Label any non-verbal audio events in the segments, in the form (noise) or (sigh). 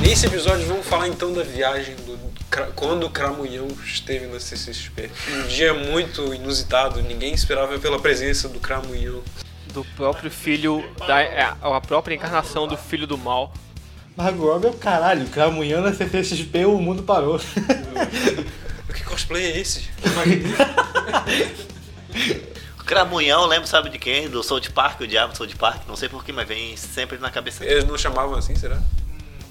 Nesse episódio vamos falar então da viagem do Cra- quando o Cramunhão esteve na CCXP. Um dia muito inusitado, ninguém esperava pela presença do Cramunhão. Do próprio filho, da, é, a própria encarnação do filho do mal. Margot Robbie é o caralho, Cramunhão na CCXP o (laughs) mundo parou. Que cosplay é esse? O Cramunhão, eu lembro, sabe de quem? Do South Park, o Diabo do South Park. Não sei porquê, mas vem sempre na cabeça. Eles não chamavam assim, será?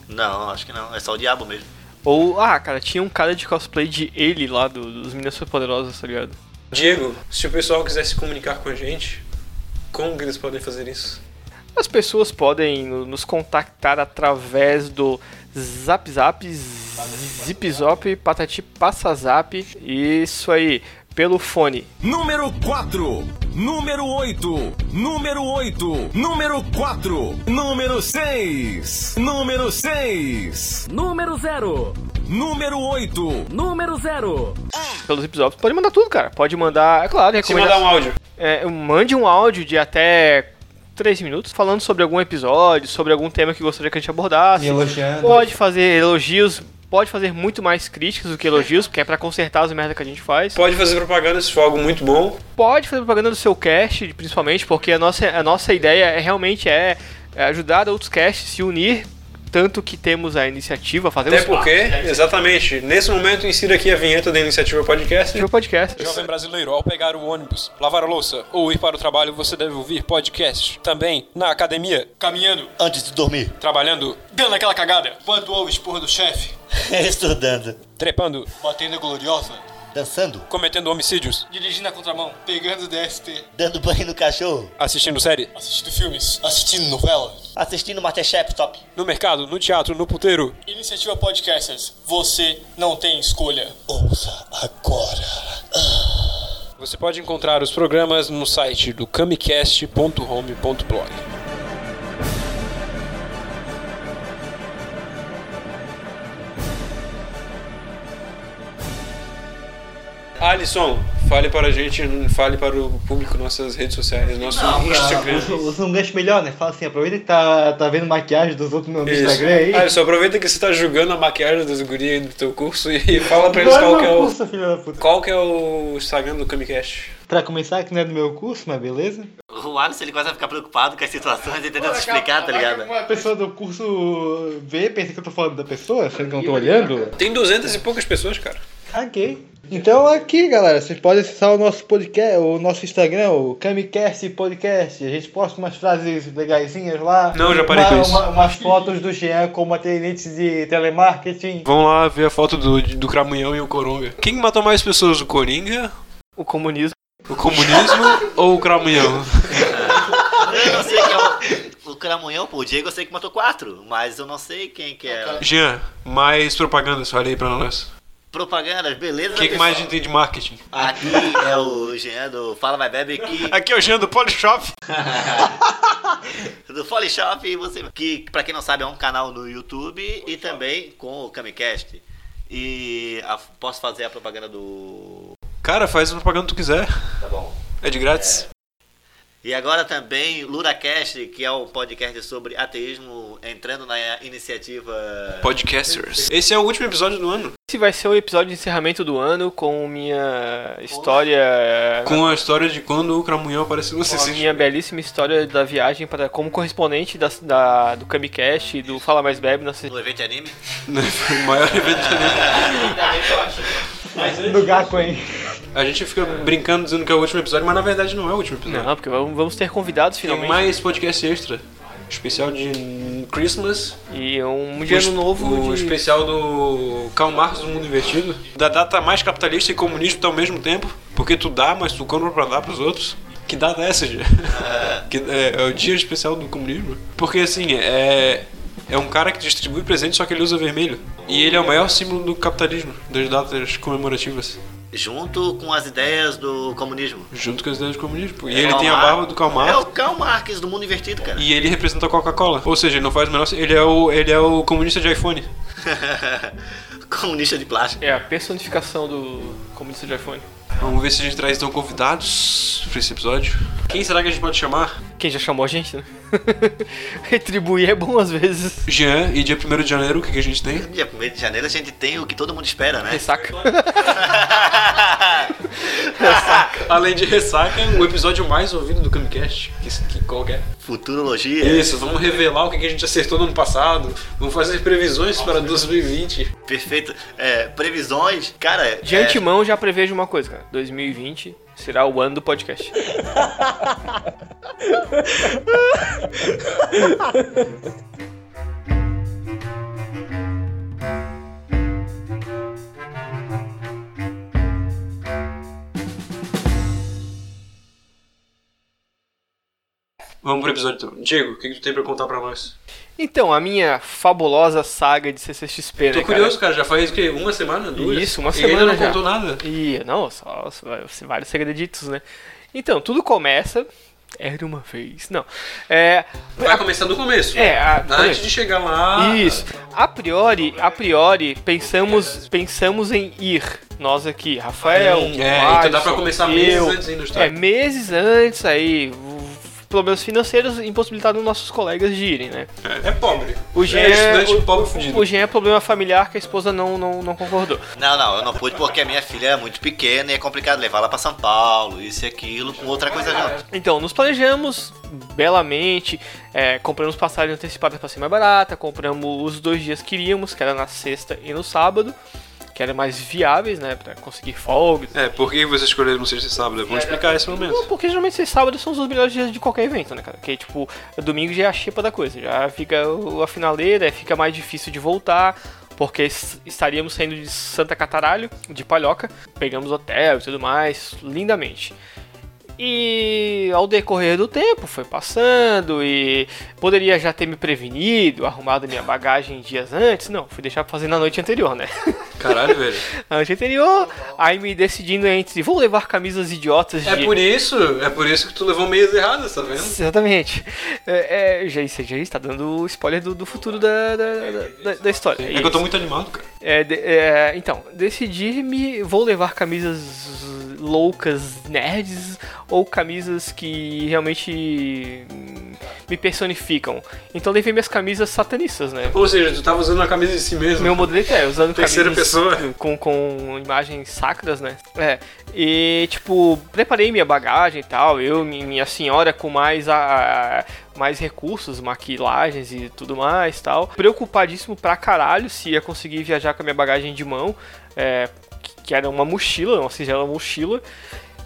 Não, acho que não. É só o Diabo mesmo. Ou, ah, cara, tinha um cara de cosplay de ele lá, do- dos Meninas Superpoderosas, tá ligado? Diego, se o pessoal quiser se comunicar com a gente, como que eles podem fazer isso? As pessoas podem no- nos contactar através do Zap Zap, Zip Zop, Patati Passa Zap, isso aí, pelo fone Número 4, número 8, número 8, número 4, número 6, número 6, Número 0. número 8. Número 0. pelo Zipzop. Pode mandar tudo, cara. Pode mandar, é claro, Se mandar recomendação. um áudio. É, mande um áudio de até 3 minutos falando sobre algum episódio, sobre algum tema que gostaria que a gente abordasse. Me elogiando. Pode fazer elogios, pode fazer muito mais críticas do que elogios, porque é pra consertar as merdas que a gente faz. Pode fazer propaganda, se for algo muito bom. Pode fazer propaganda do seu cast, principalmente, porque a nossa, a nossa ideia é, realmente é, é ajudar outros casts se unir, tanto que temos a iniciativa, fazemos Até porque, exatamente, nesse momento insira aqui a vinheta da iniciativa podcast. o podcast. Jovem brasileiro, ao pegar o ônibus, lavar a louça ou ir para o trabalho, você deve ouvir podcast. Também na academia, caminhando, Antes de dormir, (laughs) trabalhando, dando aquela cagada, quando ouve esporro do chefe, estudando, trepando, batendo a gloriosa, dançando, cometendo homicídios, dirigindo a contramão, pegando DST, dando banho no cachorro, assistindo série, assistindo filmes, assistindo novela, assistindo Masterchef Top. no mercado, no teatro, no puteiro. Iniciativa Podcasters, você não tem escolha. Ouça agora. Você pode encontrar os programas no site do camicast.home.blog. Alisson, fale para a gente, fale para o público nossas redes sociais, nosso Instagram. Usa, usa um gancho melhor, né? Fala assim, aproveita que tá, tá vendo maquiagem dos outros no no Isso. Instagram aí. Alisson, aproveita que você tá julgando a maquiagem dos guri aí do teu curso e fala pra eles Não é qual do que é meu o. curso, filha da puta. Qual que é o Instagram do Camicast? Pra começar, que não é do meu curso, mas beleza. O Alisson, ele começa a ficar preocupado com as situações e tentando explicar, tá ligado? Uma pessoa do curso vê, pensa que eu tô falando da pessoa, sendo que eu não tô olhando. Tem duzentas e poucas pessoas, cara. Caguei. Então aqui, galera, vocês podem acessar o nosso podcast, o nosso Instagram, o Camicast Podcast. A gente posta umas frases legaisinhas lá. Não, já parei Uma- com isso. uma- umas fotos do Jean como atendente de telemarketing. Vão lá ver a foto do, do Cramunhão e o Coronga. Quem matou mais pessoas, o Coringa, O comunismo. o (laughs) comunismo ou o Cramunhão? Eu não sei quem é o, o Cramunhão, pô. O Diego eu sei que matou quatro, mas eu não sei quem que é. Jean, mais propagandas, fale aí pra nós. Propagandas, beleza? O que, que mais a gente tem de marketing? Aqui é o Jean do Fala Vai Bebe que Aqui é o Jean do Polishop. do Folly Shop e você que pra quem não sabe é um canal no YouTube e também com o Camicast e a- posso fazer a propaganda do Cara, faz a propaganda que tu quiser. tá bom É de grátis. e agora também LuraCast que é o podcast sobre ateísmo entrando na iniciativa Podcasters. Esse é o último episódio do ano. Esse vai ser o episódio de encerramento do ano com minha história. Com a história de quando o Cramunhão apareceu no (laughs) com a CC. minha belíssima história da viagem para como correspondente da, da- do Camicast e do Fala Mais Bebe. Na... no evento de anime O maior evento de anime. Do Gaco, hein? A gente fica brincando dizendo que é o último episódio, mas na verdade não é o último episódio. Não, porque vamos vamos ter convidados Tem finalmente. mais podcast extra. Especial de Christmas. E um dia O- novo. O de- especial do Karl Marx do Mundo Invertido. Da data mais capitalista e comunista ao mesmo tempo. Porque tu dá, mas tu compra pra dar pros outros. Que data é essa, (laughs) Gia? que é, é o dia especial do comunismo. Porque assim, é. É um cara que distribui presente, só que ele usa vermelho. E ele é o maior símbolo do capitalismo, das datas comemorativas, junto com as ideias do comunismo junto com as ideias do comunismo. E ele Karl tem a Marx. barba do Karl é Marx, o Karl Marx do mundo invertido cara (laughs) e ele representa a Coca-Cola. Ou seja, ele não faz o menor. sen- Ele é o, ele é o comunista de iPhone. comunista de plástico É a personificação do comunista de iPhone. Vamos ver se a gente traz então convidados pra esse episódio. Quem será que a gente pode chamar? Quem já chamou a gente, né? (laughs) Retribuir é bom às vezes. Jean, e dia 1 de janeiro, o que, que a gente tem? Dia 1 de janeiro a gente tem o que todo mundo (laughs) espera, né? Ressaca. Além de ressaca, o episódio mais ouvido do Camcast. Que, que, qual que é? Futurologia. Isso, vamos revelar o que, que a gente acertou no ano passado. Vamos fazer previsões para 2020. Perfeito. É, previsões. Cara, De é, antemão já prevejo uma coisa, cara. 2020 será o ano do podcast. Vamos pro episódio então. Diego, o que, que tu tem pra contar pra nós? Então, a minha fabulosa saga de CCXP, né, Tô cara? curioso, é cara, já faz o quê? Uma semana? Duas? Isso, uma e semana ainda não já. contou nada. E, não, só, só vários segreditos, né? Então, tudo começa... Era uma vez. Não. É, Vai começar do começo. É, a- Antes de chegar lá. Isso. A priori, a priori, pensamos, pensamos em ir. Nós aqui, Rafael, Hum, é, Alisson, então dá pra começar meses eu. antes ainda, tá? É, meses antes aí, v- problemas financeiros impossibilitaram nossos colegas de irem, né? É, é pobre. O Jean é estudante o- pobre fudido. O Jean é problema familiar que a esposa não, não, não concordou. Não, não, eu não pude porque a minha filha é muito pequena e é complicado levar ela pra São Paulo, isso e aquilo, com outra coisa junto. Então, nos planejamos belamente, é, compramos passagem antecipada para ser mais barata, compramos os dois dias que iríamos, que era na sexta e no sábado, que eram mais viáveis, né, para conseguir folga. É, por que vocês escolheram sexta e sábado? Vamos explicar esse momento. Porque geralmente esses sábados são os melhores dias de qualquer evento, né, cara? Porque, tipo, domingo já é a chipa da coisa, já fica o- a finaleira, fica mais difícil de voltar, porque es- estaríamos saindo de Santa Cataralho, de Palhoca, pegamos hotel e tudo mais, lindamente. E ao decorrer do tempo foi passando e poderia já ter me prevenido, arrumado minha bagagem dias antes. Não, fui deixar pra fazer na noite anterior, né? (laughs) Caralho, velho. Na noite anterior, aí me decidindo entre vou levar camisas idiotas É de por isso, é por isso que tu levou meias erradas, tá vendo? Exatamente. É, é, já, isso aí já está dando spoiler do, do futuro da, da, da, da história. É que eu tô muito animado, cara. É, de- é, então, decidir me vou levar camisas loucas, nerds, ou camisas que realmente hum, me personificam. Então eu levei minhas camisas satanistas, né? Ou seja, tu tava usando a camisa de si mesmo. Meu modelo é usando Terceira camisas pessoa. Com, com imagens sacras, né? É. E, tipo, preparei minha bagagem e tal. Eu, mi- minha senhora com mais, a, a- mais recursos, maquilagens e tudo mais tal. Preocupadíssimo pra caralho se ia conseguir viajar com a minha bagagem de mão. É, que- que era uma mochila, uma singela mochila.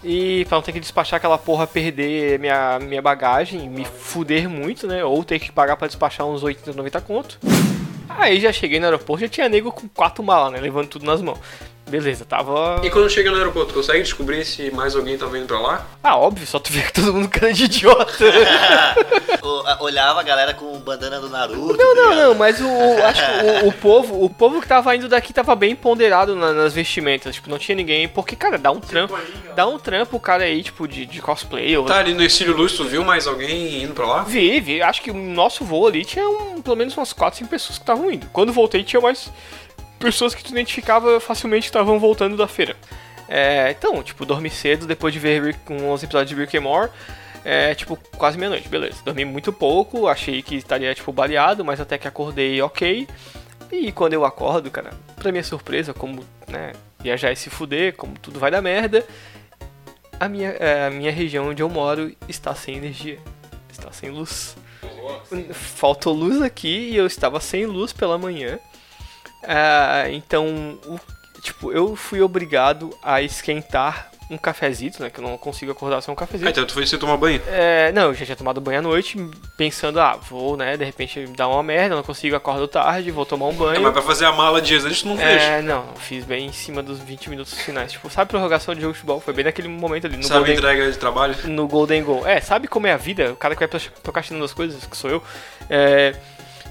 E pra não ter que despachar aquela porra, perder minha, minha bagagem, e me fuder muito, né? Ou ter que pagar pra despachar uns 80, 90 conto. Aí já cheguei no aeroporto, já tinha nego com quatro malas, né? Levando tudo nas mãos. Beleza, tava. E quando chega no aeroporto, consegue descobrir se mais alguém tá vindo pra lá? Ah, óbvio, só tu vê que todo mundo (laughs) cara de idiota. O- a- Olhava a galera com bandana do Naruto. Não, não, não, mas o, o- acho que o, o povo, o povo que tava indo daqui tava bem ponderado na- nas vestimentas. Tipo, não tinha ninguém, porque, cara, dá um trampo. Dá um trampo o cara aí, tipo, de, de cosplay ou Tá ali no Exílio Luz, tu viu mais alguém indo pra lá? Vi, vi. Acho que o nosso voo ali tinha um- pelo menos umas 4, 5 pessoas que estavam indo. Quando voltei, tinha mais pessoas que tu identificava facilmente que estavam voltando da feira. É, então, tipo, dormi cedo depois de ver Rick- uns episódios de Rick and Morty. É, tipo, quase meia-noite, beleza. Dormi muito pouco, achei que estaria, tipo, baleado, mas até que acordei ok. E quando eu acordo, cara, pra minha surpresa, como, né, viajar e se fuder, como tudo vai dar merda, a minha, é, a minha região onde eu moro está sem energia, está sem luz. Faltou luz aqui e eu estava sem luz pela manhã. Ah, então, o- tipo, eu fui obrigado a esquentar um cafezito, né, que eu não consigo acordar sem um Ah, cafezinho. então tu foi sem tomar banho. É, não, eu já tinha tomado banho à noite, pensando, ah, vou, né, de repente dar uma merda, não consigo, acordo tarde, vou tomar um É, banho. mas pra fazer a mala dias antes tu não fez. É, não, fiz bem em cima dos 20 minutos finais. Tipo, sabe prorrogação de jogo de futebol? Foi bem naquele momento ali, no Sabe Golden entrega de trabalho? no Golden Goal. É, sabe como é a vida? O cara que vai proc- procrastinando as coisas, que sou eu. É,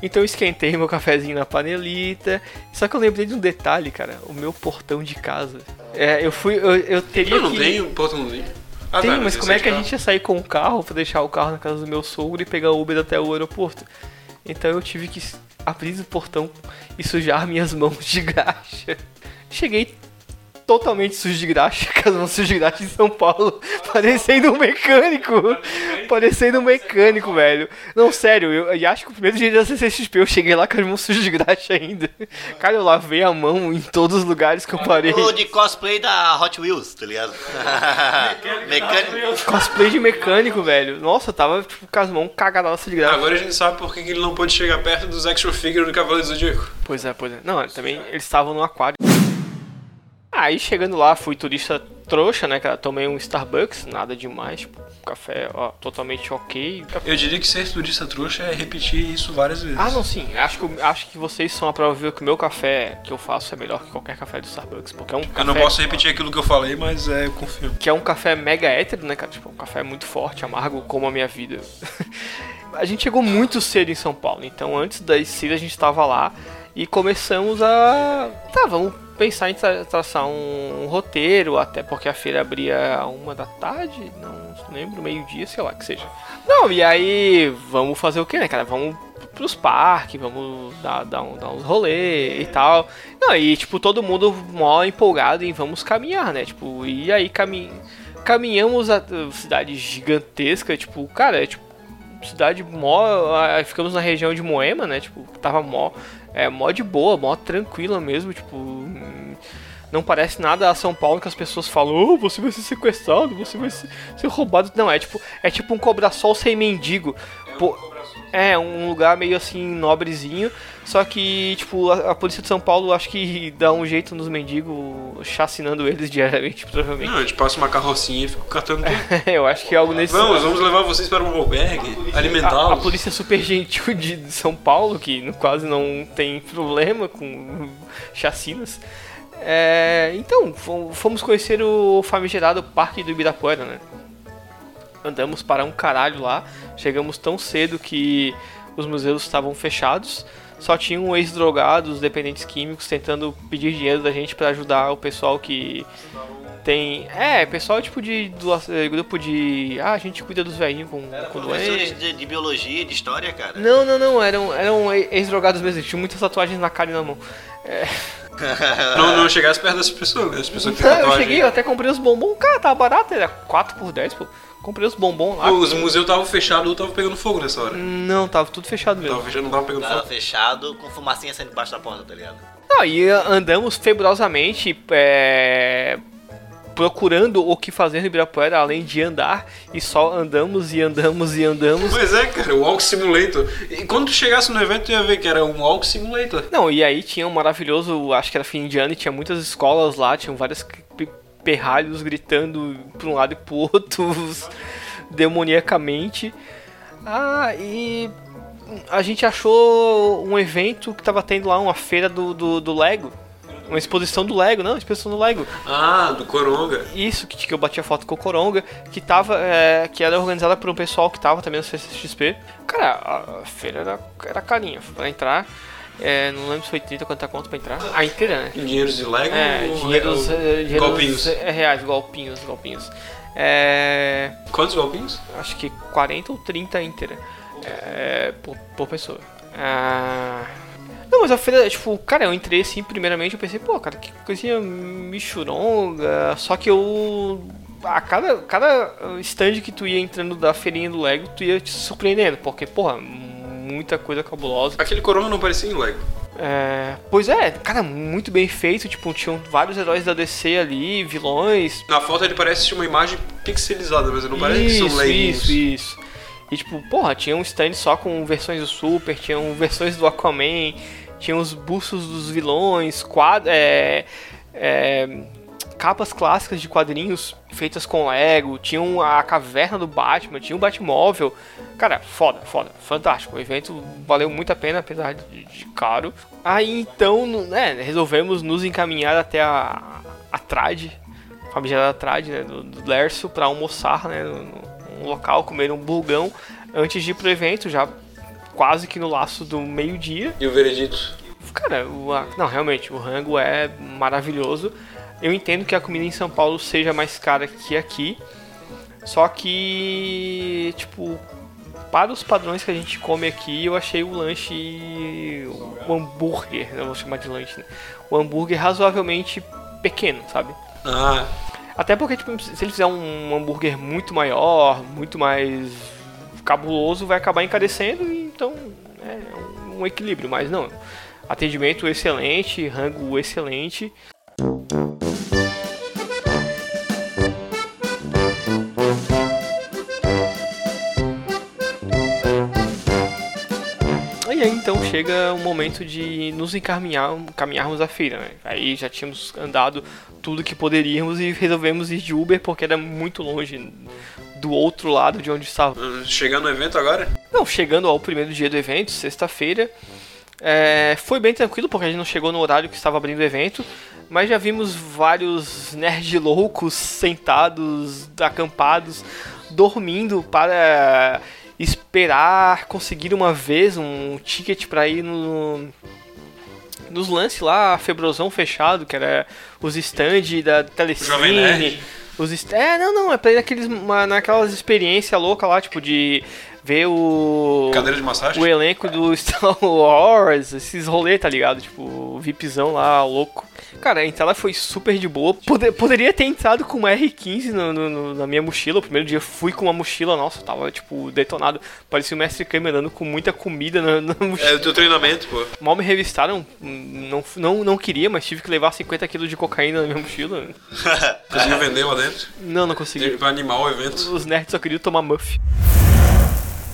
então eu esquentei meu cafezinho na panelita. Só que eu lembrei de um detalhe, cara. O meu portão de casa. É, eu fui. Eu, eu teria Eu não que. tenho, pô, tu não tem. Ah, Tem, tá, mas eu como sei é que a de gente ia sair com o carro pra deixar o carro na casa do meu sogro e pegar o Uber até o aeroporto? Então eu tive que s- (laughs) abrir o portão e sujar minhas mãos de graxa. Cheguei totalmente sujo de graxa, (laughs) casamos sujo de graxa em São Paulo, parecendo um mecânico, (laughs) parecendo um mecânico, velho. Não, sério, eu, e acho que o primeiro dia da CCXP eu cheguei lá com as mãos (laughs) sujas de graxa ainda. Cara, eu lavei a mão em todos os lugares que eu parei. Ou de cosplay da Hot Wheels, tá ligado? Mecânico. Cosplay de mecânico, velho. Nossa, eu tava tipo, com as mãos cagadaças de graxa. Agora a gente sabe por que que ele não pôde chegar perto dos action figures do Cavaleiro do Zodíaco. Pois é, pois é. Não, eles também eles estavam no aquário. Aí chegando lá, fui turista trouxa, né, cara? Tomei um Starbucks, nada demais, tipo, café, ó, totalmente ok. Eu diria que ser turista trouxa é repetir isso várias vezes. Ah, não, sim, acho que, acho que vocês são a prova viva que o meu café que eu faço é melhor que qualquer café do Starbucks, porque é um café. Eu não posso repetir aquilo que eu falei, mas é, eu confio. Que é um café mega hétero, né, cara? Tipo, um café muito forte, amargo, como a minha vida. (laughs) a gente chegou muito cedo em São Paulo, então antes das cedo a gente tava lá e começamos a. Tá, vamos pensar em tra- traçar um, um roteiro, até porque a feira abria uma da tarde, não lembro, meio-dia, sei lá que seja. Não, e aí vamos fazer o que, né, cara? Vamos pros parques, vamos dar, dar, um- dar uns rolê e tal. Não, e tipo, todo mundo mó empolgado em vamos caminhar, né? Tipo, e aí camin... caminhamos a a cidade gigantesca, tipo, cara, é tipo cidade mó. aí Ficamos na região de Moema, né? Tipo, tava mó. É, mó de boa, mó tranquila mesmo, tipo. hum, Não parece nada a São Paulo que as pessoas falam, "Oh, você vai ser sequestrado, você vai ser, ser roubado. Não, é tipo, é tipo um cobra-sol sem mendigo. Pô, é, um lugar meio assim, nobrezinho. Só que, tipo, a, a polícia de São Paulo acho que dá um jeito nos mendigos, chacinando eles diariamente, (laughs) (laughs) provavelmente. Não, a gente passa uma carrocinha e fica catando tudo. Eu acho que é algo nesse Vamos, vamos levar vocês para um albergue, a, a alimentá-los. polícia é super gentil de de São Paulo, que não- quase não tem problema com chacinas. É, então, fo- fomos conhecer o famigerado Parque do Ibirapuera, né? Andamos para um caralho lá, chegamos tão cedo que os museus estavam fechados. Só tinham ex-drogados, dependentes químicos, tentando pedir dinheiro da gente para ajudar o pessoal que tem. É, pessoal tipo de doa- eh, grupo de. Ah, a gente cuida dos velhinhos com, com doença. Professores de, de biologia, de história, cara. Não, não, não, eram, eram ex-drogados mesmo, tinham muitas tatuagens na cara e na mão. É, Não, não chegasse perto dessas pessoas, né? As pessoas que têm Então, (laughs) eu tatuagem. cheguei, eu até comprei os bombons, cara, tava barato, era 4 por 10, pô. Comprei os bombons lá. Pô, Os museus estavam fechados ou estavam pegando fogo nessa hora. Não, tava tudo fechado mesmo. Tava fechado, não tava pegando Nada fogo. fechado, com fumacinha saindo debaixo da porta, tá ligado? Não, e andamos febrosamente é, procurando o que fazer no Ibirapuera além de andar, e só andamos e andamos e andamos. Pois é, cara, o Walk Simulator. E quando tu chegasse no evento, tu ia ver que era um Walk Simulator. Não, e aí tinha um maravilhoso, acho que era fim de ano, e tinha muitas escolas lá, tinham vários pe- perralhos gritando pra um lado e pro outro, (laughs) os- demoniacamente. Ah, e a gente achou um evento que tava tendo lá, uma feira do, do, do Lego. Uma exposição do Lego, não, exposição do Lego. Ah, do Coronga. Isso, que, que eu bati a foto com o Coronga, que tava. é, que era organizada por um pessoal que tava também no CCXP. Cara, a- a feira era, era carinha pra entrar. é, não lembro se foi 30 quanto tá conto pra entrar. A inteira, né? Dinheiros de Lego É, ou dinheiros, ou- é, dinheiros golpinhos? é, reais, golpinhos, golpinhos. É, Quantos golpinhos? acho que 40 ou 30 inteira é, por, por pessoa. Ah, não, mas a feira, tipo, cara, eu entrei assim, primeiramente eu pensei, pô, cara, que coisinha michuronga. Só que eu. A cada, cada stand que tu ia entrando da feirinha do Lego, tu ia te surpreendendo, porque, porra, muita coisa cabulosa. Aquele Coronga não parecia em Lego. É, pois é, cara, muito bem feito. Tipo, tinham vários heróis da DC ali, vilões, Na foto ele parece uma imagem pixelizada, mas não parece que são leguinhos. isso, isso. E tipo, porra, tinha um stand só com versões do Super, tinham (laughs) versões do Aquaman, tinha os bustos dos vilões, quadro, é, é, capas clássicas de quadrinhos feitas com Lego, tinham a caverna do Batman, tinha o Batmóvel. Cara, foda, foda, fantástico. O evento valeu muito a pena, apesar de, de caro. Aí então, né, resolvemos nos encaminhar até a, a Trade, famigerada Trade, né, do, do Lerso, para almoçar, né, no- num local, comer um burgão antes de ir pro evento, já quase que no laço do meio-dia. E o veredito? Cara, o, a- não, realmente, o rango é maravilhoso. Eu entendo que a comida em São Paulo seja mais cara que aqui, só que, tipo, para os padrões que a gente come aqui, eu achei o lanche. o hambúrguer, não vou chamar de lanche, né? O hambúrguer né, razoavelmente pequeno, sabe? Ah, Até porque, tipo, se ele fizer um hambúrguer muito maior, muito mais cabuloso, vai acabar encarecendo, e então é um equilíbrio, mas não. Atendimento excelente, rango excelente. E aí então chega o momento de nos encaminhar, caminharmos à feira, né? Aí já tínhamos andado tudo que poderíamos e resolvemos ir de Uber porque era muito longe do outro lado de onde estava. chegar no evento agora? Não, chegando ao primeiro dia do evento, sexta-feira, é, foi bem tranquilo porque a gente não chegou no horário que estava abrindo o evento, mas já vimos vários nerd loucos sentados, acampados, dormindo para esperar conseguir uma vez um ticket para ir no nos lances lá, febrosão fechado, que era os stand da Jovem Telecine. Nerd. Os est- É, não, não, é pra ir naqueles, uma- naquelas experiências loucas lá, tipo, de ver o. Cadeira de massagem? O elenco do (laughs) Star Wars, esses rolês, tá ligado? Tipo, o VIPzão lá, louco. Cara, a entrada foi super de boa. Poder- poderia ter entrado com uma R15 no- no- no- na minha mochila. O primeiro dia eu fui com uma mochila, nossa, eu tava, tipo, detonado. Parecia o mestre Kami andando com muita comida na, na mochila. É o teu treinamento, pô. Mal me revistaram, não, não, não queria, mas tive que levar 50 kg de cocaína na minha mochila. (laughs) Conseguiu vender lá dentro? Não, não consegui. Pra animar o evento. Os nerds só queriam tomar muff.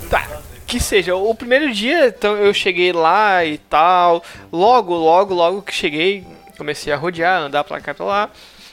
Tá, que seja, o primeiro dia então, eu cheguei lá e tal. Logo, logo, logo que cheguei, comecei a rodear, andar pra cá e pra lá.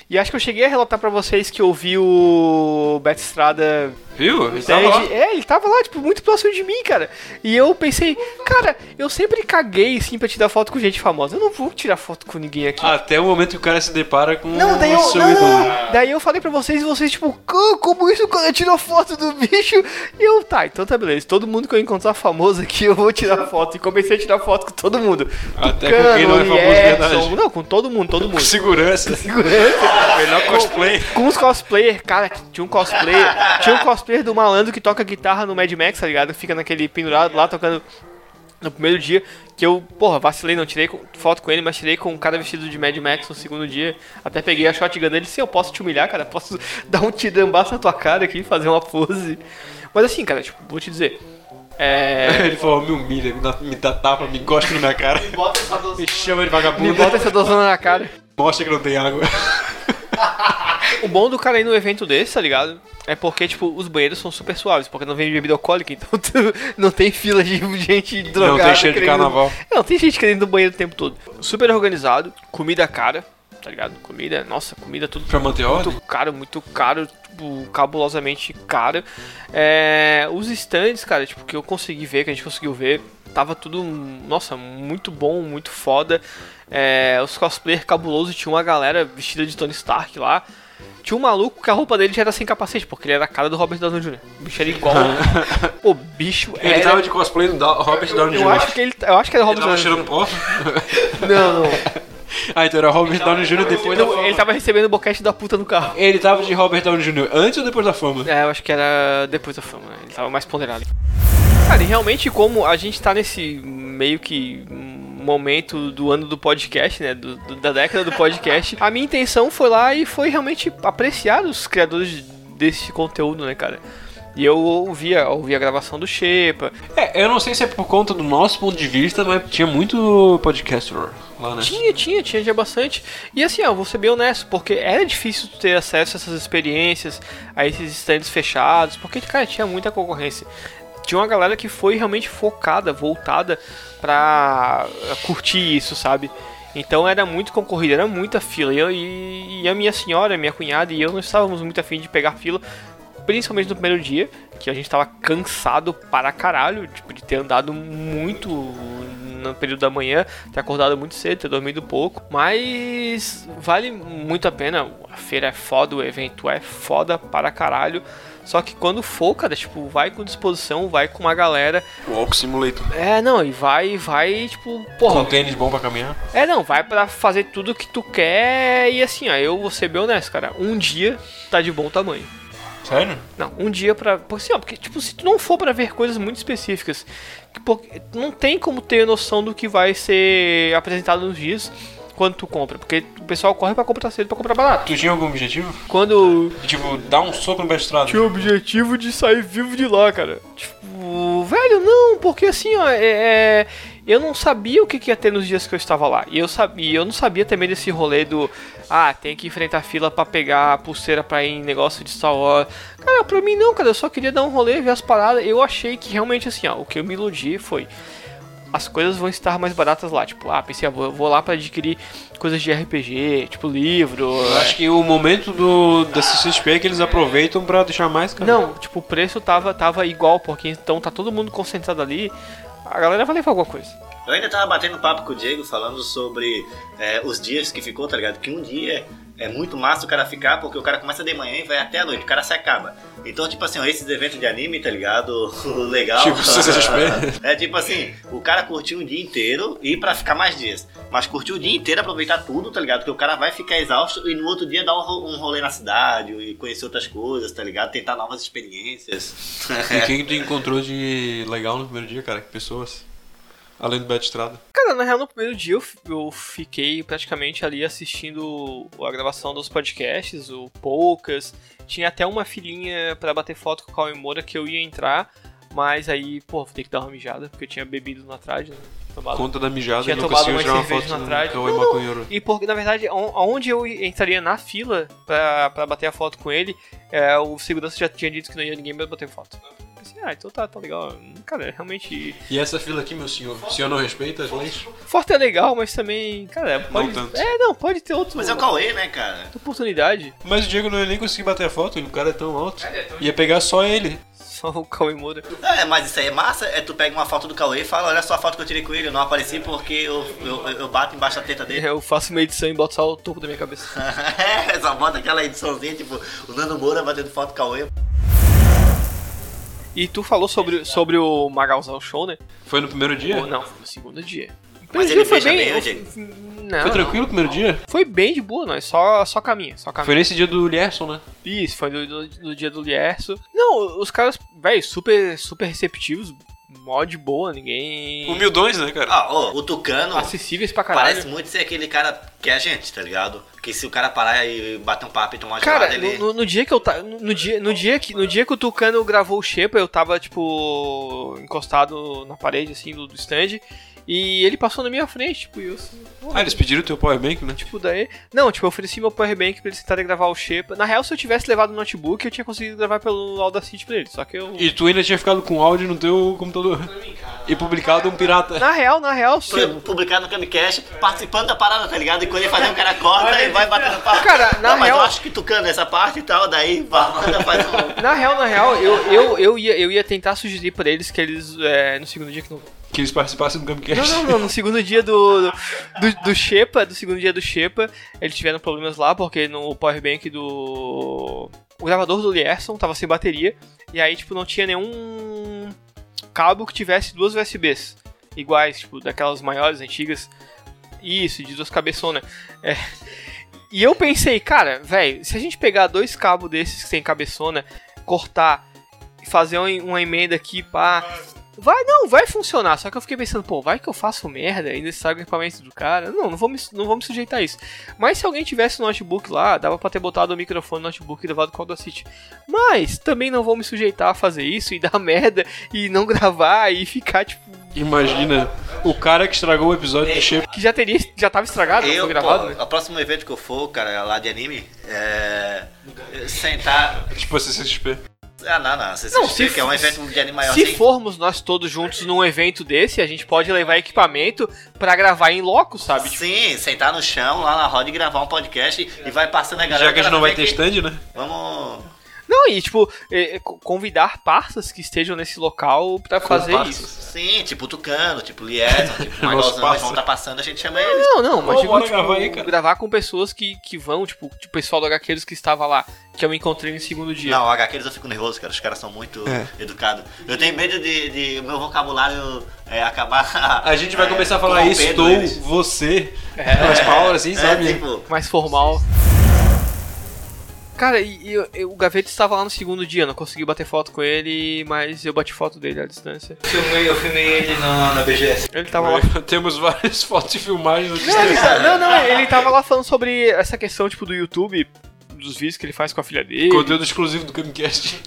E acho que eu cheguei a relatar pra vocês que eu vi o Beto Estrada Viu? Ele tava lá. Ted, é, ele tava lá, tipo, muito próximo de mim, cara. E eu pensei, cara, eu sempre caguei, assim, pra tirar foto com gente famosa. Eu não vou tirar foto com ninguém aqui. Até o momento que o cara se depara com Não, daí eu, o seu não, ídolo. não, não. daí eu falei pra vocês e vocês, tipo, "Co- como isso quando tirou foto do bicho? E eu, tá, então tá beleza. Todo mundo que eu encontrar famoso aqui, eu vou tirar foto. E comecei a tirar foto com todo mundo. Até Tucano, com quem não é famoso de Edson, verdade. Não, com todo mundo, todo mundo. Segurança. (laughs) Melhor cosplay. Com os cosplayer, cara, tinha um cosplayer, tinha um cosplayer do malandro que toca guitarra no Mad Max, tá ligado? Fica naquele pendurado lá tocando no primeiro dia, que eu, porra, vacilei, não tirei com- foto com ele, mas tirei com um cara vestido de Mad Max no segundo dia. Até peguei a shotgun dele, se eu posso te humilhar, cara, posso (laughs) dar um tirambaço na tua cara aqui, fazer uma pose. Mas assim, cara, tipo, vou te dizer. (laughs) É. Ele falou, me humilha, me dá, me dá tapa, me gosta na minha cara. Me chama de Me vagabundo. bota essa dozona na cara. Mostra que não tem água. O bom do cara ir num evento desse, tá ligado? É porque, tipo, os banheiros são super suaves, porque não vende bebida alcoólica, (laughs) então tu não tem fila de gente drogada. tem cheiro de querendo- É, carnaval. Não, tem gente querendo ir no banheiro o tempo todo. Super organizado, comida cara, tá ligado? Comida, nossa, comida tudo Pra manter a ordem? muito tipo, caro, muito caro, tipo, cabulosamente caro. É, os stands, cara, tipo, que eu consegui ver, que a gente conseguiu ver, tava tudo, nossa, muito bom, muito foda. É, os cosplayers cabulosos, tinha uma galera vestida de Tony Stark lá. Tinha um maluco que a roupa dele já era sem capacete, porque ele era a cara do Robert Downey Jr. O bicho era igual. o bicho era... Ele tava de cosplay do Da- Robert Downey Jr. Eu acho que ele, eu acho que era ele Robert tava Downey Jr. cheirando pó. Não, não. Ah, então era Robert Downey Jr. depois da Ele fama. tava recebendo o boquete da puta no carro. Ele tava de Robert Downey Jr. antes ou depois da fama? É, eu acho que era depois da fama, né? ele tava mais ponderado. Cara, e realmente como a gente tá nesse meio que hum, momento do ano do podcast, né, do- do- da década do podcast, a minha intenção foi lá e foi realmente apreciar os criadores desse conteúdo, né, cara? E eu ouvia, ouvia a gravação do Shepa. É, eu não sei se é por conta do nosso ponto de vista, mas tinha muito podcaster lá, né? Tinha, tinha, tinha já bastante. E assim, ó, eu vou ser bem honesto, porque era difícil tu ter acesso a essas experiências, a esses stands fechados, porque, cara, tinha muita concorrência. Tinha uma galera que foi realmente focada, voltada pra eh, curtir isso, sabe? Então era muito concorrido, era muita fila. E, eu- e- e a minha senhora, minha cunhada e eu não estávamos muito afim de pegar fila, principalmente no primeiro dia, que a gente tava cansado para caralho, tipo, de ter andado muito no período da manhã, ter acordado muito cedo, ter dormido pouco, mas vale muito a pena, a feira é foda, o evento é foda para caralho, só que quando for, cara, tipo, vai com disposição, vai com uma galera, Walk Simulator. é, não, e vai, vai, tipo, porra, Com tênis bom pra caminhar. é, não, vai pra fazer tudo que tu quer e assim, ó, eu vou ser bem honesto, cara, um dia tá de bom tamanho. Sério? Não, um dia pra. Por assim, ó, porque, tipo, se tu não for pra ver coisas muito específicas, que por- não tem como ter noção do que vai ser apresentado nos dias. quando tu compra, porque o pessoal corre pra comprar cedo pra comprar barato. Tu tinha algum objetivo? Quando Tipo, dar um soco no mestrado. tinha o objetivo de sair vivo de lá, cara. Tipo, velho, não, porque assim, ó, é, é, eu não sabia o que, que ia ter nos dias que eu estava lá. E eu sabia, eu não sabia também desse rolê do, ah, tem que enfrentar a fila pra pegar a pulseira pra ir em negócio de Star Wars. Cara, pra mim não, cara, eu só queria dar um rolê, ver as paradas. Eu achei que realmente assim, ó, o que eu me iludi foi as coisas vão estar mais baratas lá. Tipo, ah, pensei, ah, vou, vou lá pra adquirir coisas de RPG, tipo livro. Eu acho que o momento do, da CCXP é que eles aproveitam pra deixar mais caro. Não, tipo, o preço tava, tava igual, porque então tá todo mundo concentrado ali. A galera vai levar alguma coisa. Eu ainda tava batendo papo com o Diego falando sobre é, os dias que ficou, tá ligado? Que um dia é muito massa o cara ficar, porque o cara começa de manhã e vai até a noite, o cara se acaba. Então, tipo assim, ó, esses eventos de anime, tá ligado? (laughs) O legal. Tipo, (laughs) CCXP. é tipo assim, o cara curtiu um dia inteiro e pra ficar mais dias. Mas curtiu o dia inteiro, aproveitar tudo, tá ligado? Porque o cara vai ficar exausto e no outro dia dar um, ro- um rolê na cidade e conhecer outras coisas, tá ligado? Tentar novas experiências. E quem tu encontrou de legal no primeiro dia, cara? Que pessoas? Além do Beto Estrada. Cara, na real, no primeiro dia eu, fi- eu fiquei praticamente ali assistindo a gravação dos podcasts, o Poucas. Tinha até uma filhinha pra bater foto com o Cauê Moura que eu ia entrar, mas aí, pô, vou ter que dar uma mijada, porque eu tinha bebido na tarde, né? Tomado. Conta da mijada Tinha e não tomado conseguiu umas tirar uma cervejas foto na do trás. Cauê Não, não. Maconheiro. E porque, na verdade, on- aonde eu entraria na fila pra, pra bater a foto com ele, é, o segurança já tinha dito que não ia ninguém mais bater foto. Eu pensei, ah, então tá, tá legal. Cara, realmente. E essa fila aqui, meu senhor? O senhor não respeita as leis? Forte é legal, mas também, cara, pode. tanto. É, não, pode ter outro, Mas é o Cauê, né, cara? oportunidade. (laughs) Mas o Diego não ia nem conseguir bater a foto, o cara é tão alto. Ia pegar só ele. Só o Cauê Moura. É, mas isso aí é massa, é tu pega uma foto do Cauê e fala, olha só a foto que eu tirei com ele, eu não apareci porque eu, eu, eu bato embaixo da (laughs) teta dele. É, Eu faço uma edição e boto só o topo da minha cabeça. (laughs) É, só bota aquela ediçãozinha, tipo, o Nando Moura batendo foto do Cauê. E tu falou sobre, sobre o Magalzão Show, né? Foi no primeiro dia? Ou não, foi no segundo dia. Mas Primeiro dia foi ele beija bem. bem, eu- o Diego? Não, Foi não. tranquilo o primeiro dia? Foi bem de boa, nós só, só caminha, só caminha. Foi nesse dia do Lierson, né? Isso, foi no, no- no dia do Lierso. Não, os caras, velho, super, super receptivos, mó de boa, ninguém. Humildões, né, cara? Ah, ô, o Tucano Acessíveis pra Assim, caralho. parece muito ser aquele cara que é a gente, tá ligado? Que se o cara parar e bater um papo e tomar uma Cara, gelada, ele... no, no- no dia que eu tava. No dia, no, dia que, no dia que o Tucano gravou o Shepa, eu tava, tipo, encostado na parede, assim, do, do stand. E ele passou na minha frente, tipo, e eu assim, porra, Ah, eles pediram o teu powerbank, né? tipo, daí. Não, tipo, eu ofereci meu powerbank pra eles tentarem gravar o Shepa. Na real, se eu tivesse levado o notebook, eu tinha conseguido gravar pelo Audacity pra ele. Só que eu. E tu ainda tinha ficado com áudio no teu computador. E publicado um pirata. Na real, na real, se Foi eu- publicado no Camicast, participando da parada, tá ligado? E quando ele fazer um cara corta e vai batendo papo. Cara, na não, mas eu real- acho que Tucano é essa parte e tal, daí manda faz um... Na real, na real, eu, eu, eu, ia, eu ia tentar sugerir pra eles que eles. é, no segundo dia que não. Que eles participassem do Não, Gamecast. não, não. No segundo dia do. Do, do Shepa, do segundo dia do Shepa, eles tiveram problemas lá, porque no powerbank do. O gravador do Lierson tava sem bateria. E aí, tipo, não tinha nenhum cabo que tivesse duas USBs. Iguais, tipo, daquelas maiores, antigas. Isso, de duas cabeçonas. É. E eu pensei, cara, velho, se a gente pegar dois cabos desses que tem cabeçona, cortar e fazer um- uma emenda aqui, pá. Vai, não, vai funcionar. Só que eu fiquei pensando, pô, vai que eu faço merda e nesse o equipamento do cara. Não, não vou, me, não vou me sujeitar a isso. Mas se alguém tivesse um notebook lá, dava pra ter botado o microfone no notebook e levado com o Audacity. Mas também não vou me sujeitar a fazer isso e (laughs) dar merda e não gravar e ficar, tipo, Imagina, o cara que estragou o episódio do Shape. que já teria, já tava estragado, não Eu, foi gravado, né? pô, o próximo evento que eu for, cara, lá de anime, é... Sentar... Tipo, a CCXP. Ah, não, não. Você Não, não, se que é um f- evento de anime maior Se assim. formos nós todos juntos num evento desse, a gente pode levar equipamento pra gravar em loco, sabe? Tipo, Sim, sentar no chão, lá na roda e gravar um podcast e vai passando a galera. Já que a gente não vai ter testando. stand, né? Vamos. não, e tipo, eh, co- convidar parças que estejam nesse local pra fazer parças. isso. Sim, tipo Tucano, tipo (laughs) Liedson, tipo Nosso Magalzão, eles parça. vão tá passando, a gente chama eles. Não, não, mas Ô, digo, bora tipo, gravar gravar, aí, cara. com pessoas que, que vão, tipo, tipo, o pessoal do Hqueiros que estava lá, que eu encontrei no segundo dia. Não, HQs eu fico nervoso, cara. Os caras são muito É. educados. Eu tenho medo de, de o meu vocabulário é, acabar. é, A gente (laughs) vai começar a falar estou, É, você. As palavras assim, sabe? sabe? tipo, Mais formal. Cara, e, e- e o Gaveta estava lá no segundo dia, não consegui bater foto com ele, mas eu bati foto dele à distância. Filmei, eu filmei ele na, na BGS. Ele tava lá. (laughs) Temos várias fotos e filmagens aqui. Não, ele tá- não, não, ele tava lá falando sobre essa questão, tipo, do YouTube, dos vídeos que ele faz com a filha dele. Conteúdo exclusivo do Camcast.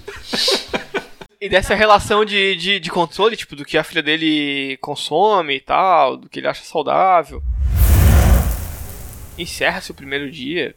E dessa relação de, de, de controle, tipo, do que a filha dele consome e tal, do que ele acha saudável. Encerra-se o primeiro dia,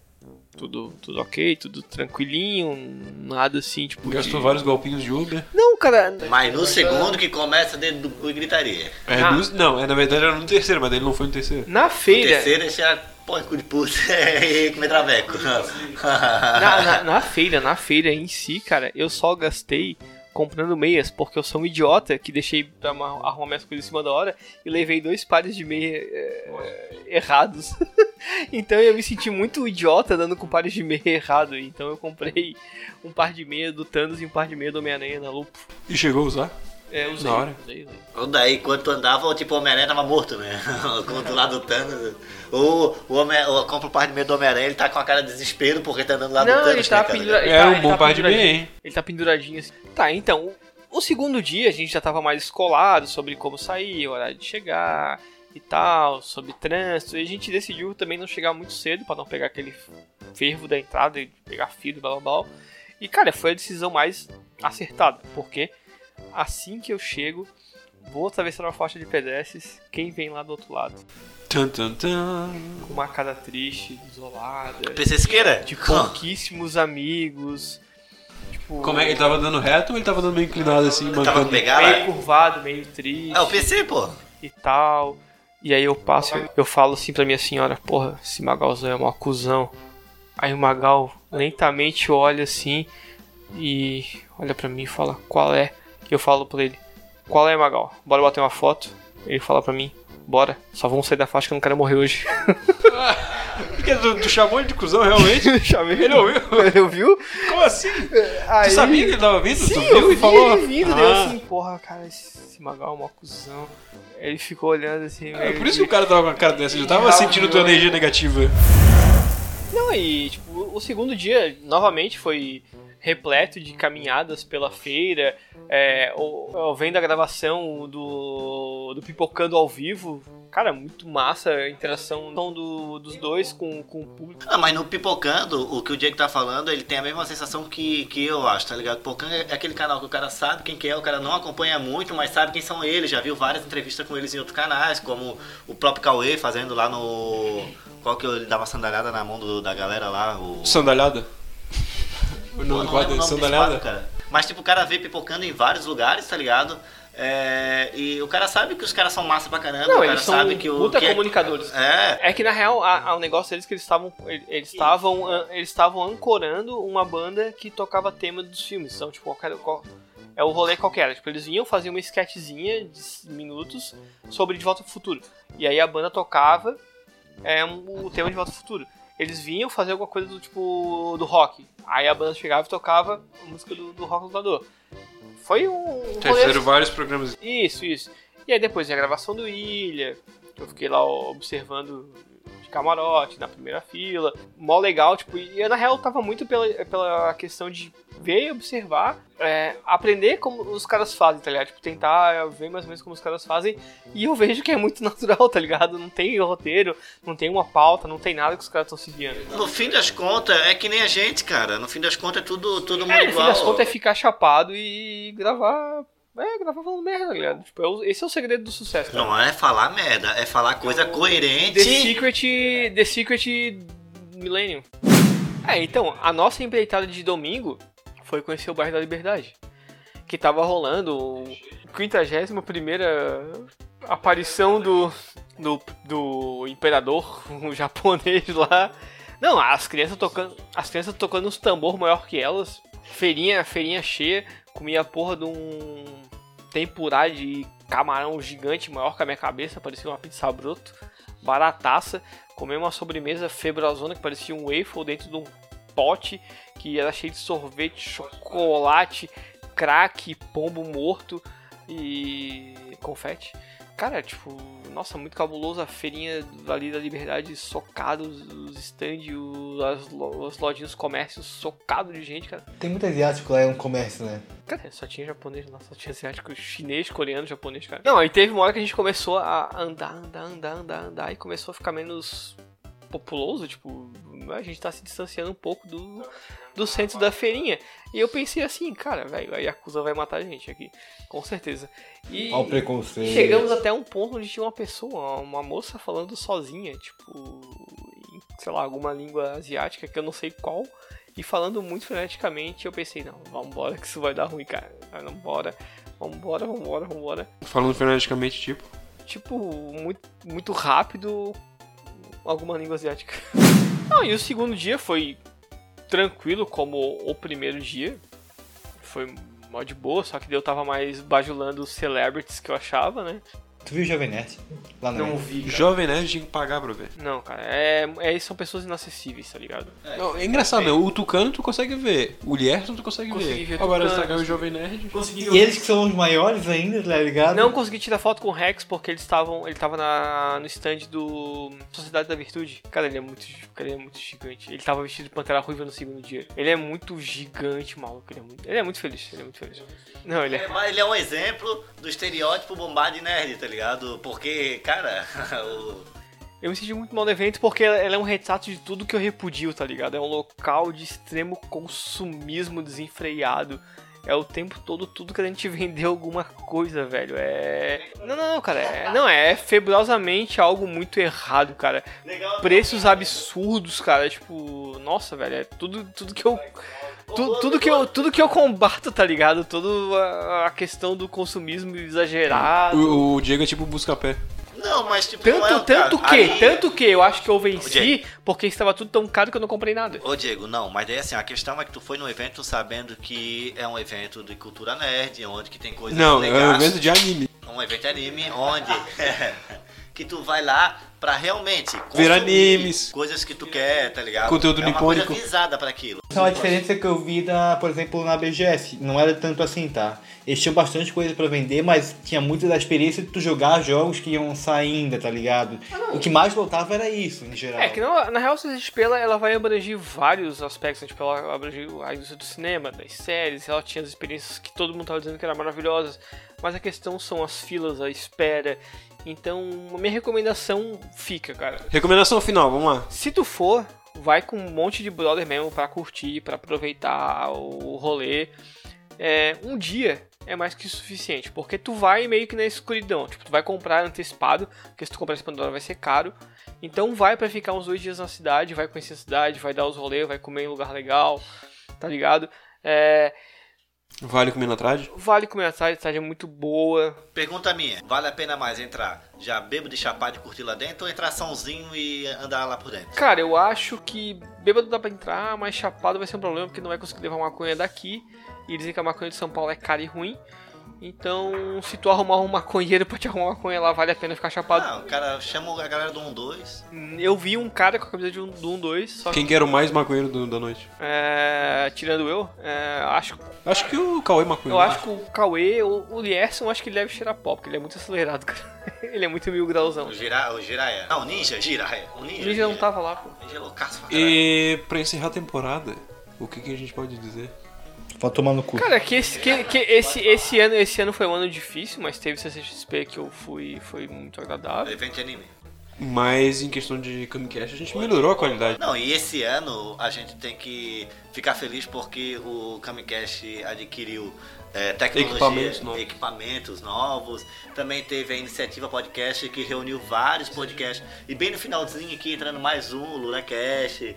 tudo, tudo ok, tudo tranquilinho, nada assim, tipo. de- Gastou vários golpinhos de Uber. Não, cara. Mas no segundo que começa dentro do cu e gritaria. É, Ah. no- não, é, na verdade era no terceiro, mas ele não foi no terceiro. Na feira. Terceiro, esse era porra, cu de puta (laughs) e comer traveco. Na, (laughs) na- na feira, na feira em si, cara, eu só gastei comprando meias, porque eu sou um idiota que deixei pra amar- arrumar minhas coisas em cima da hora e levei dois pares de meia eh, errados. (laughs) então eu me senti muito idiota dando com pares de meia errado. Então eu comprei um par de meia do Thanos e um par de meia do Homem-Aranha na lupa. E chegou a usar? É, usei, Na hora. usei, usei. Ou daí, quando tu andava, tipo, o Homem-Aranha tava morto, né? (laughs) Como do lado do Thanos. Ou o Homem ou compra o par de medo do Homem-Aranha, ele tá com a cara de desespero porque tá andando lá do Não, Thanos. ele tá, né, pendura... ele Era tá- um ele bom tá par de penduradinho. meia, hein? Ele tá penduradinho assim. Tá, então, o, o segundo dia a gente já tava mais escolado sobre como sair, horário de chegar e tal, sobre trânsito. E a gente decidiu também não chegar muito cedo pra não pegar aquele fervo da entrada e pegar fio e blá blá blá. E cara, foi a decisão mais acertada, porque assim que eu chego, vou atravessar uma faixa de pedestres, quem vem lá do outro lado? Tan, tan, tan. Com uma cara triste, isolada, PC Siqueira? de pouquíssimos amigos. Tipo, Como é que ele tava dando reto ou ele tava dando meio inclinado assim, Tava mantendo? meio pegada? curvado, meio triste É o PC, pô. e tal. E aí eu passo, eu, eu falo assim pra minha senhora, porra, esse Magalzão é um acusão. Aí o Magal lentamente olha assim e olha pra mim e fala, qual é? E eu falo pra ele, qual é, Magal? Bora bater uma foto? Ele fala pra mim, bora, só vamos sair da faixa que eu não quero morrer hoje. (laughs) Porque tu, tu chamou ele de cuzão realmente? Chamei Ele ouviu? Ele ouviu? Como assim? Aí... Tu sabia que ele tava vindo? Sim, tu eu viu vi e falou? ele vindo, ah, daí eu assim, porra, cara, esse Magal é um acusão. Ele ficou olhando assim, É meio por isso de- que o cara tava com a cara dessa, já tava sentindo tua energia negativa. Não, e tipo, o segundo dia, novamente, foi repleto de caminhadas pela feira, é, ou, ou vendo a gravação do, do Pipocando ao vivo. Cara, muito massa a interação do, dos dois com, com o público. Ah, mas no Pipocando, o que o Diego tá falando, ele tem a mesma sensação que, que eu acho, tá ligado? Pipocando é aquele canal que o cara sabe quem que é, o cara não acompanha muito, mas sabe quem são eles. Já viu várias entrevistas com eles em outros canais, como o próprio Cauê fazendo lá no... Qual que ele dava sandalhada na mão do- da galera lá? O... Sandalhada? O Pô, nome do não quadro lembro é o nome desse Sandalhada? quadro, cara. Mas, tipo, o cara vê pipocando em vários lugares, tá ligado? É, e o cara sabe que os caras são massa pra caramba. Não, o cara eles são sabe que o. puta que é- comunicadores. É. É que na real, a- a- o negócio deles é que eles estavam. Eles estavam. an- Eles estavam ancorando uma banda que tocava tema dos filmes. Então, tipo, qualquer. qual- é o rolê qualquer. Tipo, eles vinham fazer uma sketchzinha de s- minutos sobre De Volta pro Futuro. E aí a banda tocava é, um- o tema de Volta pro Futuro. Eles vinham fazer alguma coisa do tipo. do rock. Aí a banda chegava e tocava a música do, do rock lutador. Foi um. um rolê Terceiro, vários programas. isso, isso. E aí depois a gravação do Ilha, que eu fiquei lá observando de camarote, na primeira fila. Mó legal, tipo, e eu, na real tava muito pela, pela questão de ver e observar, é, aprender como os caras fazem, tá ligado? Tipo, tentar é, ver mais ou menos como os caras fazem. E eu vejo que é muito (laughs) natural, tá ligado? Não tem roteiro, não tem uma pauta, não tem nada que os caras estão se guiando. No fim das contas, é que nem a gente, cara. No fim das contas, é tudo, todo mundo É, no fim igual. das contas é ficar chapado e gravar. É, gravar falando merda, tá ligado? Tipo, é o- esse é o segredo do sucesso. tá ligado? Não é falar merda, é falar coisa coerente. The Secret. The Secret Millennium. É, então, a nossa empreitada de domingo foi conhecer o bairro da Liberdade. Que tava rolando a 51 aparição do, do, do imperador (laughs) o japonês lá. Não, as crianças tocando. As crianças tocando uns tambor maior que elas. Feirinha, feirinha cheia, comia a porra de um tempurá de camarão gigante maior que a minha cabeça, parecia uma pizza broto barataça, comer uma sobremesa febrosona que parecia um waffle dentro de um pote que era cheio de sorvete, chocolate, crack, pombo morto e confete. Cara, tipo, nossa, muito cabuloso a feirinha ali da Liberdade socado, os, os stands, as, lo- as lojinhas, os comércios socado de gente, cara. Tem muito asiático lá no comércio, né? Cara, É, só tinha japonês lá, só tinha asiático, chinês, coreano, japonês, cara. Não, aí teve uma hora que a gente começou a andar, andar, andar, andar, andar, e começou a ficar menos populoso, tipo, a gente tá se distanciando um pouco do, do centro da feirinha. E eu pensei assim, cara, velho, a Yakuza vai matar a gente aqui, com certeza. E Olha o preconceito. chegamos até um ponto onde tinha uma pessoa, uma moça falando sozinha, tipo, em, sei lá, alguma língua asiática que eu não sei qual. E falando muito freneticamente, eu pensei, não, vambora que isso vai dar ruim, cara. Ah, Vambora, vambora, vambora, vambora. Falando freneticamente, tipo. Tipo, muito, muito rápido, alguma língua asiática. (laughs) Não, e o segundo dia foi tranquilo como o primeiro dia. Foi mó de boa, só que daí eu tava mais bajulando os celebrities que eu achava, né? Tu viu o Jovem Nerd? Lá na Não É. vi. cara. Jovem Nerd tinha que pagar pra ver. Não, cara, é, é, são pessoas inacessíveis, tá ligado? Não, é engraçado, né? O Tucano tu consegue ver. O Lierton tu consegue Consegui ver. ver Agora o Tucano, Instagram e o Jovem Nerd. Consegui E eles que são os maiores ainda, tá ligado? Não consegui tirar foto com o Rex porque eles estavam. Ele tava na, no stand do Sociedade da Virtude. Cara, ele é muito. gi- Cara, ele é muito gigante. Ele tava vestido de Pantera Ruiva no segundo dia. Ele é muito gigante, maluco. Ele é muito, ele é muito feliz. Ele é muito feliz. Não, ele é. Mas ele é um exemplo do estereótipo bombado de nerd, tá ligado? Porque, cara, (laughs) o- Eu me senti muito mal no evento porque ela é um retrato de tudo que eu repudio, tá ligado? É um local de extremo consumismo desenfreado. É o tempo todo tudo que a gente (laughs) vendeu alguma coisa, velho. É. Não, não, não, cara. É... Não, é febrosamente algo muito errado, cara. Legal. preços absurdos, cara. Tipo, nossa, velho, é tudo, tudo que eu. tu- tudo, que eu, tudo que eu combato, tá ligado? Toda a- a questão do consumismo exagerado. O, o Diego é tipo busca-pé. Não, mas tipo, não é o Tanto, tanto caso. que, Aí- tanto que eu acho que eu venci Diego. porque estava tudo tão caro que eu não comprei nada. Ô Diego, não, mas daí assim, a questão é que tu foi num evento sabendo que é um evento de cultura nerd, onde que tem coisas Não, é um legais. evento de anime. um evento anime onde (laughs) que tu vai lá pra realmente Ver consumir animes. coisas que tu quer, tá ligado? Conteúdo é uma nipônico. coisa visada pra aquilo. Então a diferença que eu vi, da, por exemplo, na BGS, não era tanto assim, tá? Eles tinham bastante coisa pra vender, mas tinha muito da experiência de tu jogar jogos que iam sair ainda, tá ligado? O que mais lotava era isso, em geral. É que não, na real, a CCXP ela, ela vai abranger vários aspectos. né? Tipo, ela abrange a indústria do cinema, das séries, ela tinha as experiências que todo mundo tava dizendo que eram maravilhosas. Mas a questão são as filas, a espera. Então, a minha recomendação fica, cara. Recomendação final, vamos lá. Se tu for, vai com um monte de brother mesmo pra curtir, pra aproveitar o rolê. É, um dia é mais que suficiente, porque tu vai meio que na escuridão. Tipo, tu vai comprar antecipado, porque se tu comprar antecipado vai ser caro. Então vai pra ficar uns dois dias na cidade, vai conhecer a cidade, vai dar os rolês, vai comer em lugar legal, tá ligado? É, Vale comer na trade? vale comer a cidade, a cidade é muito boa. Pergunta minha, vale a pena mais entrar já bebo de chapado e curtir lá dentro ou entrar sãozinho e andar lá por dentro? Cara, eu acho que bêbado dá pra entrar, mas chapado vai ser um problema porque não vai conseguir levar maconha daqui. E dizem que a maconha de São Paulo é cara e ruim. Então, se tu arrumar um maconheiro pra te arrumar maconha lá, vale a pena ficar Ah, chapado. o cara chama a galera do 1-2. Eu vi um cara com a camisa de um, do 1-2, só que. Quem que era o mais maconheiro do- da noite? é, tirando eu, é, acho, Acho que o Cauê maconheiro. eu acho que o Cauê, o, o Lierson, acho que ele deve cheirar pó, porque ele é muito acelerado, (laughs) cara. Ele é muito mil grauzão. O Jiraiya. O Jiraiya. Não, o Ninja, Jiraiya. O Ninja. Ele já não tava lá, pô. Ninja é loucaço pra caralho. E pra encerrar a temporada, o que, que a gente pode dizer? Vai tomar no cu. Cara, é que esse, que, que esse, esse, ano, esse ano foi um ano difícil, mas teve CCXP que eu fui, foi muito agradável. Evento de anime. Mas em questão de Camcast, a gente melhorou a qualidade. Não, e esse ano a gente tem que ficar feliz porque o Kamikaze adquiriu é, tecnologia, Equipamentos novos. equipamentos novos. Também teve a iniciativa podcast que reuniu vários podcasts. E bem no finalzinho aqui, entrando mais um, o LuraCast.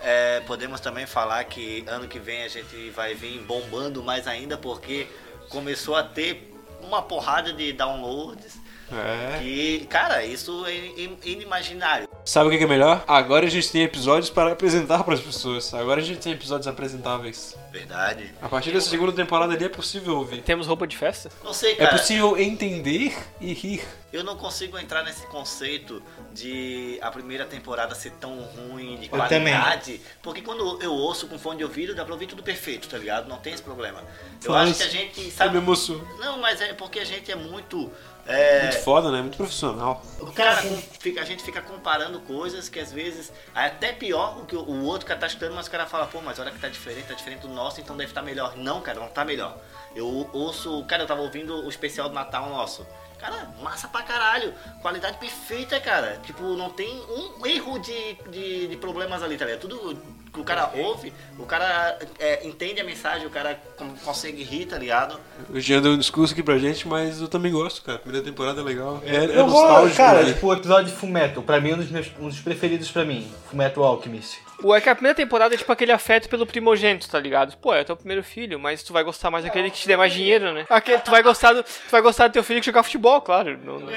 É, podemos também falar que ano que vem a gente vai vir bombando mais ainda porque começou a ter uma porrada de downloads. É. E, cara, isso é in- inimaginário. Sabe o que que é melhor? Agora a gente tem episódios para apresentar pras pessoas. Agora a gente tem episódios apresentáveis. Verdade. A partir dessa segunda temporada ali é possível ouvir. Temos roupa de festa? Não sei, É cara. possível entender e rir. Eu não consigo entrar nesse conceito de a primeira temporada ser tão ruim de Eu também. qualidade. Porque quando eu ouço com fone de ouvido, dá pra ouvir tudo perfeito, tá ligado? Não tem esse problema. Eu Fala acho isso. que a gente Eu me sabe. emociono. Não, mas é porque a gente é muito. é, Muito foda, né? Muito profissional. o cara com- fica, a gente fica comparando coisas que às vezes é até pior o que o, o outro que tá estudando, mas o cara fala, pô, mas olha que tá diferente, tá diferente do nosso, então deve estar melhor. Não, cara, não tá melhor. Eu ouço, cara, eu tava ouvindo o especial do Natal nosso. Cara, massa pra caralho. Qualidade perfeita, cara. Tipo, não tem um erro de, de, de problemas ali, tá ligado? Tudo que o cara ouve, o cara é, entende a mensagem, o cara con- consegue rir, tá ligado? O Jean deu um discurso aqui pra gente, mas eu também gosto, cara. Primeira temporada é legal. É, é Eu vou, nostálgico. cara, né? tipo, o episódio de Fullmetal, pra mim, é um dos, meus, um dos preferidos pra mim, Fullmetal Alchemist. O é que a primeira temporada é tipo aquele afeto pelo primogênito, tá ligado? Pô, é teu primeiro filho, mas tu vai gostar mais daquele que te der mais dinheiro, né? Aquele, tu vai gostar do, tu vai gostar do teu filho que jogar futebol, claro. Não- não-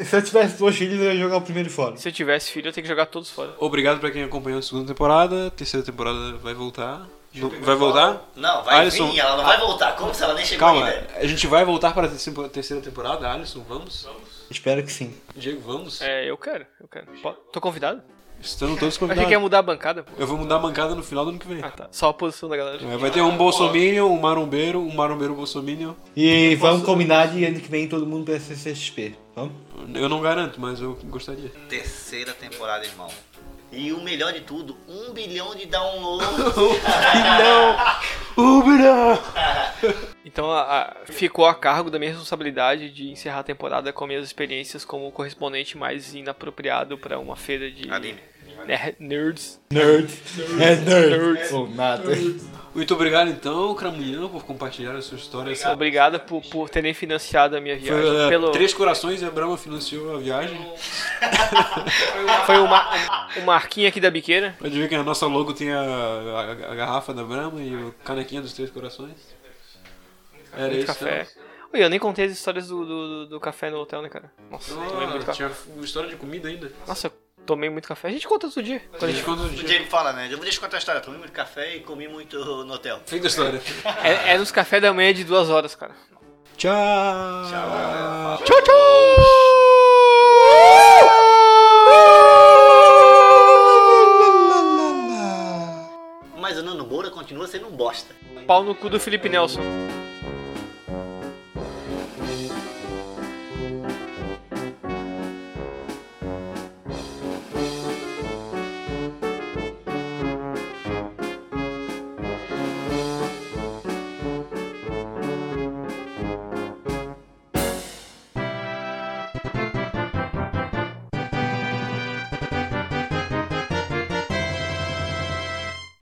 Se eu tivesse dois filhos, eu ia jogar o primeiro fora. Se eu tivesse filho, eu tenho que jogar todos fora. Obrigado pra quem acompanhou a segunda temporada. Terceira temporada vai voltar. Não- Vai voltar? Não, vai Alisson, vir, ela não vai voltar. Como se ela nem chegou Calma, ainda? a gente vai voltar para a terceira terceira temporada, Alisson, vamos? Espero que sim. Diego, vamos? É, eu quero, eu quero. Po- Tô convidado? Estamos todos Eu achei que é um- ia convidados. mudar a bancada, pô. Eu vou mudar a bancada no final do ano que vem. Ah, tá. Só a posição da galera. É, Vai ter um Bolsominion, um marombeiro, um marombeiro Bolsominion. E vamos combinar de ano que vem todo mundo pra CCXP. Vamos? Eu não garanto, mas eu gostaria. Terceira temporada, irmão. E o melhor de tudo, um bilhão de downloads. Então a- a- ficou a cargo da minha responsabilidade de encerrar a temporada com minhas experiências como correspondente mais inapropriado pra uma feira de Anime. ner- nerds. Nerd. É nerd. Ou nada. Muito obrigado então, Cramunhão, por compartilhar a sua história. Essa... Obrigado por, por terem financiado a minha viagem. Foi, é, pelo... Três Corações e a Brahma financiou a viagem. Foi uma, uma arquinha aqui da biqueira. Pode ver que a nossa logo tem a, a- a garrafa da Brahma e o canequinha dos Três Corações. Era muito isso. café. né? Oi, eu nem contei as histórias do, do, do café no hotel, né, cara? Nossa, eu tomei muito Ah, café. tinha uma história de comida ainda. Nossa, eu tomei muito café. A gente conta todo dia. Quando a gente- Quantos (laughs) O dias? Diego fala, né? Eu vou deixar contar a história. Tomei muito café e comi muito no hotel. Fim da história. É, é nos cafés da manhã de duas horas, cara. Tchau. Tchau, tchau! Mas o Nando Moura continua sendo um bosta. um Pau no cu do Felipe Nelson.